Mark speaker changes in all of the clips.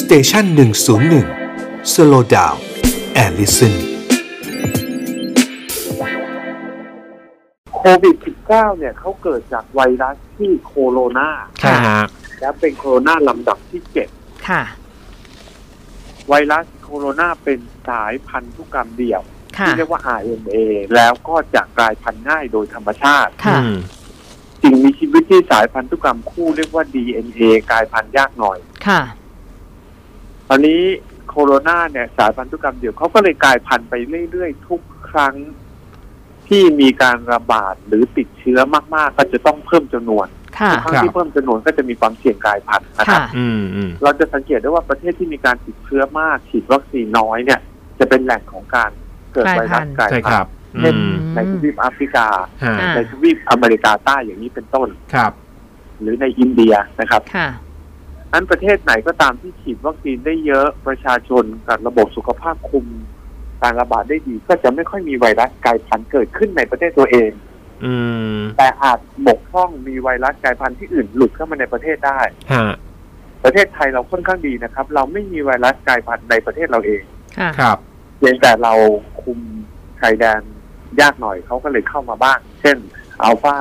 Speaker 1: สเตชันหนึ่งศูนย์หนึ่งสโลดาวแอลลิสัน
Speaker 2: โควิด -19 เนี่ยเขาเกิดจากไวรัสที่โคโรนา
Speaker 3: ใช่ฮะ
Speaker 2: และเป็นโคโรนาลำดับที่เจ็ด
Speaker 4: ค่ะ
Speaker 2: ไวรัสโคโรนาเป็นสายพันธุกรรมเดี่ยว
Speaker 4: ค่ะ
Speaker 2: ที่เรียกว่า RNA แล้วก็จะกลายพันธุ์ง่ายโดยธรรมชาติ
Speaker 4: ค่ะ
Speaker 3: อืม
Speaker 2: สิ่งมีชีวิตที่สายพันธุกรรมคู่เรียกว่า DNA กลายพันธุ์ยากหน่อย
Speaker 4: ค่ะ
Speaker 2: ตอนนี้โคโรนาเนี่ยสายพันธุกรรมเดี่ยวเขาก็เลยกลายพันธุ์ไปเรื่อยๆ ทุกครั้ง ที่มีการระบาดหรือติดเชื้อมากๆ ก็จะต้องเพิ่มจำนวน
Speaker 4: ค่ะ
Speaker 2: ทุกครั้งที่เพิ่มจำนวนก็จะมีความเสี่ยงกลายพันธุ์นะครับ
Speaker 4: ค่ะ
Speaker 3: อืมอืม
Speaker 2: เราจะสังเกตได้ว่าประเทศที่มีการติดเชื้อมากฉีดวัคซีนน้อยเนี่ย จะเป็นแหล่งของการเกิดไวรัสกลาย
Speaker 3: ใช่ค
Speaker 2: พั
Speaker 3: รั
Speaker 2: น
Speaker 3: บ
Speaker 2: ธุ์
Speaker 3: อื
Speaker 2: เช่น
Speaker 3: ม
Speaker 2: ในทวีปแอฟริกา
Speaker 3: ฮะ
Speaker 4: อ่า
Speaker 2: ในทวีปอเมริกาใต้อย่างนี้เป็นต้น
Speaker 3: ครับ
Speaker 2: หรือในอินเดียนะครับ
Speaker 4: ค่ะ
Speaker 2: นั้นประเทศไหนก็ตามที่ฉีดวัคซีนได้เยอะประชาชนกับระบบสุขภาพคุม การระบาดได้ดี ก็จะไม่ค่อยมีไวรัสกลายพันธุ์เกิดขึ้นในประเทศตัวเอง
Speaker 3: อืม
Speaker 2: แต่อาจบกพร่องมีไวรัสกลายพันธุ์ที่อื่นหลุดเข้ามาในประเทศได้
Speaker 3: ฮะ
Speaker 2: ประเทศไทยเราค่อนข้างดีนะครับ เราไม่มีไวรัสกลายพันธุ์ในประเทศเราเอง
Speaker 4: ค่ะ
Speaker 3: ครับ
Speaker 2: เพียงแต่เราคุมชายแดนยากหน่อยเขาก็เลยเข้ามาบ้าง เช่นอัลฟา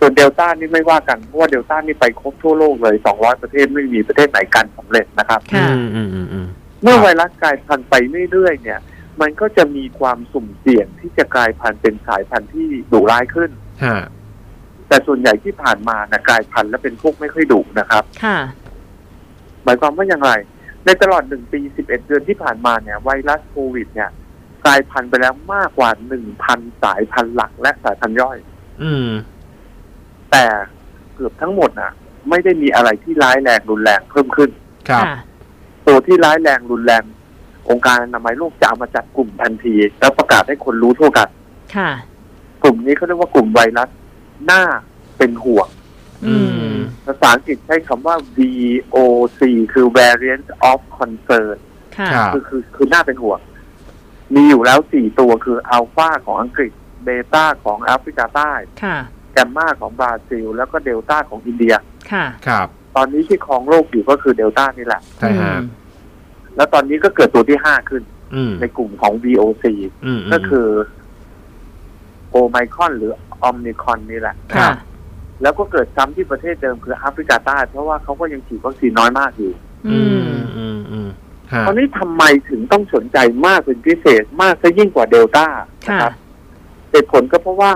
Speaker 2: ส่วนเดลต้านี่ไม่ว่ากัน เพราะว่าเดลต้านี่ไปครบทั่วโลกเลย 200 ประเทศไม่มีประเทศไหนกันสำเร็จนะครับ
Speaker 3: อื
Speaker 4: ค่ะ
Speaker 3: มอืมอืมอืม
Speaker 2: เมื่อไวรัสกลายพันธุ์ไปเรื่อยๆเนี่ย มันก็จะมีความสุ่มเสี่ยงที่จะกลายพันธุ์เป็นสายพันธุ์ที่ดุร้ายขึ้น
Speaker 3: ฮะ
Speaker 2: แต่ส่วนใหญ่ที่ผ่านมานะกลายพันธุ์และเป็นพวกไม่ค่อยดุนะครับ
Speaker 4: ค่ะ
Speaker 2: หมายความว่าอย่างไร ในตลอด 1 ปี 11 เดือนที่ผ่านมาเนี่ย ไวรัสโควิด เนี่ยกลายพันธุ์ไปแล้วมากกว่า 1,000 สายพันธุ์หลักและสายพันธุ์ย่อย
Speaker 3: อืม
Speaker 2: แต่เกือบทั้งหมดนะไม่ได้มีอะไรที่ร้ายแรงรุนแรงเพิ่มขึ้น
Speaker 3: ครับ
Speaker 2: ตัวที่ร้ายแรงรุนแรง องค์การอนามัยโลกจะเอามาจัดกลุ่มทันที แล้วประกาศให้คนรู้ทั่วกัน
Speaker 4: ค่ะ
Speaker 2: กลุ่มนี้เขาเรียกว่ากลุ่มไวรัสหน้าเป็นห่วง
Speaker 4: อืม
Speaker 2: ภาษาอังกฤษใช้คำว่า VOC คือ variant of concern
Speaker 4: ค่ะ
Speaker 3: ครับ
Speaker 2: คือคือคือน่าเป็นห่วง มีอยู่แล้วสี่ตัวคืออัลฟาของอังกฤษ เบต้าของแอฟริกาใต้
Speaker 4: ค่ะ
Speaker 2: แกมมาของบราซิล แล้วก็เดลต้าของอินเดีย
Speaker 4: ค่ะ
Speaker 3: ครับ
Speaker 2: ตอนนี้ที่ครองโลกอยู่ก็คือเดลต้านี่แหละ
Speaker 3: ใช่ฮะ
Speaker 4: อืม
Speaker 2: แล้วตอนนี้ก็เกิดตัวที่ห้าขึ้น
Speaker 3: อืม
Speaker 2: ในกลุ่มของ VOC
Speaker 3: อืมม
Speaker 2: ก็คือโอไมครอนหรือออมนิคอนนี่แหละ
Speaker 3: ครั
Speaker 4: ค่ะ
Speaker 3: บ
Speaker 2: แล้วก็เกิดซ้ำที่ประเทศเดิมคือแอฟริกาใต้ เพราะว่าเขาก็ยังฉีดวัคซีนน้อยมากอยู่
Speaker 4: อื
Speaker 3: อื
Speaker 4: ม
Speaker 3: มอืมอืมฮะ
Speaker 2: ตอนนี้ทำไมถึงต้องสนใจมากเป็นพิเศษมากซะยิ่งกว่าเดลต้านะ
Speaker 4: ค่ะ
Speaker 2: ครับ เหตุผลก็เพราะว่า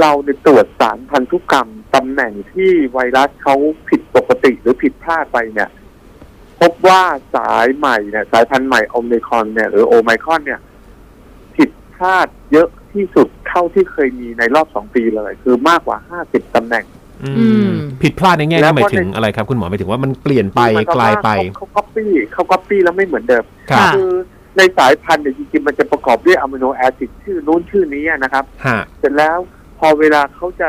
Speaker 2: เราได้ตรวจสารพันธุกรรมตำแหน่งที่ไวรัสเขาผิดปกติหรือผิดพลาดไปเนี่ย พบว่าสายใหม่เนี่ย สายพันธุ์ใหม่โอมนครอนเนี่ยหรือโอไมครอนเนี่ย ผิดพลาดเยอะที่สุดเท่าที่เคยมีในรอบสองปีเลย คือมากกว่าห้าสิบตำแหน่ง
Speaker 3: อื
Speaker 4: อืม
Speaker 3: มผิดพลาดในแง่
Speaker 2: แล้ว
Speaker 3: ที่หมาย
Speaker 2: ก็
Speaker 3: ถึง
Speaker 2: ใน
Speaker 3: อะไรครับ คุณหมอหมายถึงว่ามันเปลี่ยนไป
Speaker 2: หมายควม
Speaker 3: กลายไป
Speaker 2: ว่เขาเขา copy เขา copy แล้วไม่เหมือนเดิม
Speaker 3: ครับ
Speaker 4: ค่ะ
Speaker 2: คือในสายพันธุ์เนี่ยจริงๆมันจะประกอบด้วยอะมิโนแอซิดชื่อนู้นชื่อนี้นะครับ
Speaker 3: ฮะ
Speaker 2: เสร็จแล้วพอเวลาเขาจะ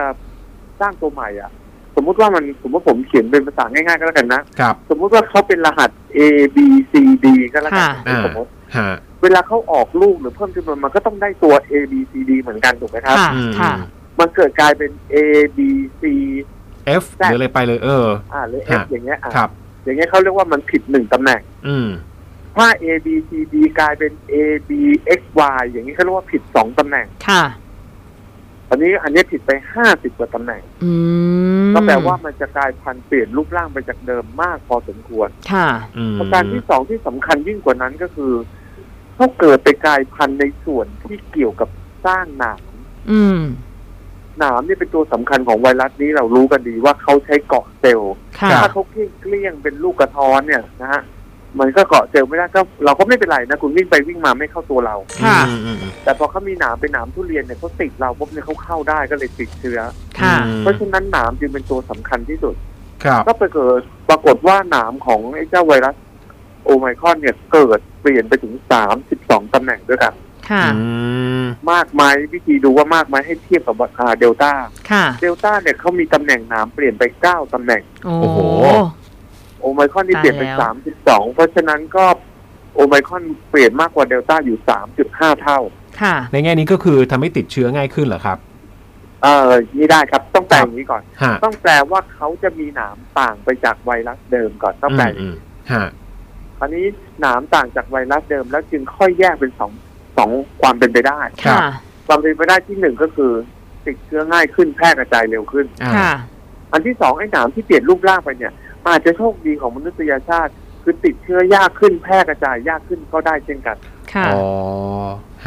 Speaker 2: สร้างตัวใหม่อ่ะ สมมุติว่ามันสมมติผมเขียนเป็นภาษาง่ายๆก็แล้วกันนะครับ สมมุติว่าเขาเป็นรหัส A B C D ก็แล้วกั
Speaker 4: ค่ะ
Speaker 2: นสมมติ
Speaker 3: ฮะ
Speaker 2: เวลาเขาออกลูกหรือเพิ่มจำนวนมันก็ต้องได้ตัว A B C D เหมือนกันถูกไหมครับ
Speaker 4: ค่ะ
Speaker 3: อืม
Speaker 4: ค่ะ
Speaker 2: มันเกิดกลายเป็น A B C
Speaker 3: F หรืออะไรไปเลย เออ
Speaker 2: อ่าหรือ
Speaker 3: ค่ะ
Speaker 2: F อย่างเงี้ยอ่ะ
Speaker 3: ครับ
Speaker 2: อย่างเงี้ยเขาเรียกว่ามันผิดหนึ่งตำแหน่ง
Speaker 3: อืม
Speaker 2: ถ้า A B C D กลายเป็น A B X Y อย่างนี้เขาเรียกว่าผิดสองตำแหน่ง
Speaker 4: ค่ะ
Speaker 2: ตอนนี้อันนี้ผิดไปห้าสิบกว่าตำแหน่ง
Speaker 4: อืม
Speaker 2: ก็แปลว่ามันจะกลายพันธุ์เปลี่ยนรูปร่างไปจากเดิมมากพอสมควร
Speaker 4: ค่ะ
Speaker 3: อืม
Speaker 2: ประการที่สองที่สำคัญยิ่งกว่านั้นก็คือเขาเกิดไปกลายพันธุ์ในส่วนที่เกี่ยวกับสร้างหนาม
Speaker 4: อืม
Speaker 2: หนามนี่เป็นตัวสำคัญของไวรัสนี้เรารู้กันดีว่าเขาใช้เกาะเซลล์
Speaker 4: ค่ะ
Speaker 2: ถ้าเขาเกลี้ยงเกลี้ยงเป็นลูกกระท้อนเนี่ยนะฮะมันก็เกาะเซลล์ไม่ได้ก็เราก็ไม่เป็นไรนะคุณวิ่งไปวิ่งมาไม่เข้าตัวเรา
Speaker 4: ค่ะ
Speaker 3: อืมอืมอืม
Speaker 2: แต่พอเขามีหนามเป็นหนามทุเรียนเนี่ยเขาติดเราปุ๊บเนี่ยเขาเข้าได้ก็เลยติดเชื้อ
Speaker 4: ค่ะ
Speaker 2: เพราะฉะนั้นหนามจึงเป็นตัวสำคัญที่สุด
Speaker 3: ครับ
Speaker 2: ก็ไปเกิดปรากฏว่าหนามของไอ้เจ้าไวรัสโอไมครอนเนี่ยเกิดเปลี่ยนไปถึง 32 ตำแหน่งด้วยกัน
Speaker 4: ค่ะ
Speaker 3: อืม
Speaker 2: มากไหมวิธีดูว่ามากไหมให้เทียบกับอ่าเดลต้า
Speaker 4: ค่ะ
Speaker 2: เดลต้าเนี่ยเขามีตำแหน่งหนามเปลี่ยนไป 9 ตำแหน่ง
Speaker 4: โอ้
Speaker 3: โอ้โห
Speaker 2: โอไมครอนนี่เปลี่ยนเป็น
Speaker 4: ตาย
Speaker 2: 32 เพราะฉะนั้นก็โอไมครอนเปลี่ยนมากกว่าเดลต้าอยู่ 3.5 เท่า
Speaker 4: ค่ะ
Speaker 3: ในแง่นี้ก็คือทำให้ติดเชื้อง่ายขึ้นเหรอครับ
Speaker 2: เออนี่ได้ครับต้องแปลอย่างนี้ก่อน
Speaker 3: ฮะ
Speaker 2: ต้องแปลว่าเขาจะมีหนามต่างไปจากไวรัสเดิมก่อนต้องแปลอย่างนี้
Speaker 3: มมฮะ
Speaker 2: อันนี้หนามต่างจากไวรัสเดิม แล้วจึงค่อยแยกเป็นสองสองความเป็นไปได้
Speaker 3: ครั
Speaker 4: ค่ะ
Speaker 3: บ
Speaker 2: ความเป็นไปได้ที่หนึ่งก็คือ ติดเชื้อง่ายขึ้นแพร่กระจายเร็วขึ้น
Speaker 3: อ่า
Speaker 4: ค่ะ
Speaker 2: อันที่สองไอ้หนามที่เปลี่ยนรูปร่างไปเนี่ยมันอาจจะโชคดีของมนุษยชาติ คือติดเชื้อยากขึ้นแพร่กระจายยากขึ้นก็ได้เช่นกัน
Speaker 4: ค่ะ
Speaker 3: อ๋อ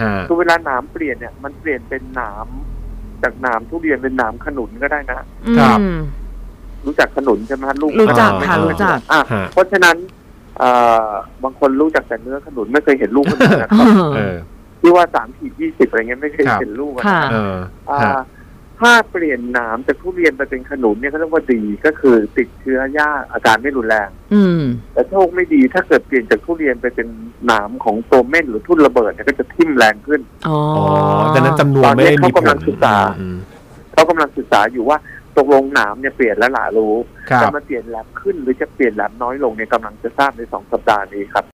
Speaker 3: ฮะ
Speaker 2: คือเวลาหนามเปลี่ยนเนี่ยมันเปลี่ยนเป็นหนาม จากหนามทุเรียนเป็นหนามขนุนก็ได้นะ
Speaker 4: อืม
Speaker 2: รู้จักขนุนใช่ไหมฮะลูก
Speaker 4: รู้จักค่ะ
Speaker 2: ขนุน
Speaker 4: รู้จัก
Speaker 2: อ่ะ
Speaker 3: ฮะ
Speaker 2: เพราะฉะนั้นเอ่อบางคนรู้จักแต่เนื้อขนุนไม่เคยเห็นลูกขนุนนะครับ
Speaker 3: เออ
Speaker 2: ที่ว่าสามขีดยี่สิบอะไรเงี้ยไม่เคย
Speaker 3: ครับ
Speaker 2: เห็นลูกอะ
Speaker 4: ค่ะ
Speaker 3: เออ
Speaker 2: อ่า
Speaker 3: ฮะ
Speaker 2: ถ้าเปลี่ยนหนามจากทุเรียนไปเป็นขนุนเนี่ยเขาเรียกว่าดีก็คือติดเชื้อยากอาการไม่รุนแรง
Speaker 4: อืม
Speaker 2: แต่โชคไม่ดีถ้าเกิดเปลี่ยนจากทุเรียนไปเป็นหนามของตัวเม่นหรือทุ่นระเบิดเนี่ยก็จะทิ่มแรงขึ้น
Speaker 4: อ๋อ
Speaker 3: อ๋
Speaker 4: อ
Speaker 3: อดังนั้นจำนวนไม่ได้
Speaker 2: ตอน
Speaker 3: มี
Speaker 2: นี้เขา
Speaker 3: ผล
Speaker 2: กำลังศึกษา
Speaker 3: อืม
Speaker 2: เขากำลังศึกษาอยู่ว่าตกลงหนามเนี่ยเปลี่ยนแล้วหล่ะรู้
Speaker 3: ครั
Speaker 2: จะ
Speaker 3: บ
Speaker 2: มาเปลี่ยนแหลมขึ้นหรือจะเปลี่ยนแหลมน้อยลงเนี่ยกำลังจะทราบในสองสัปดาห์นี้ครับ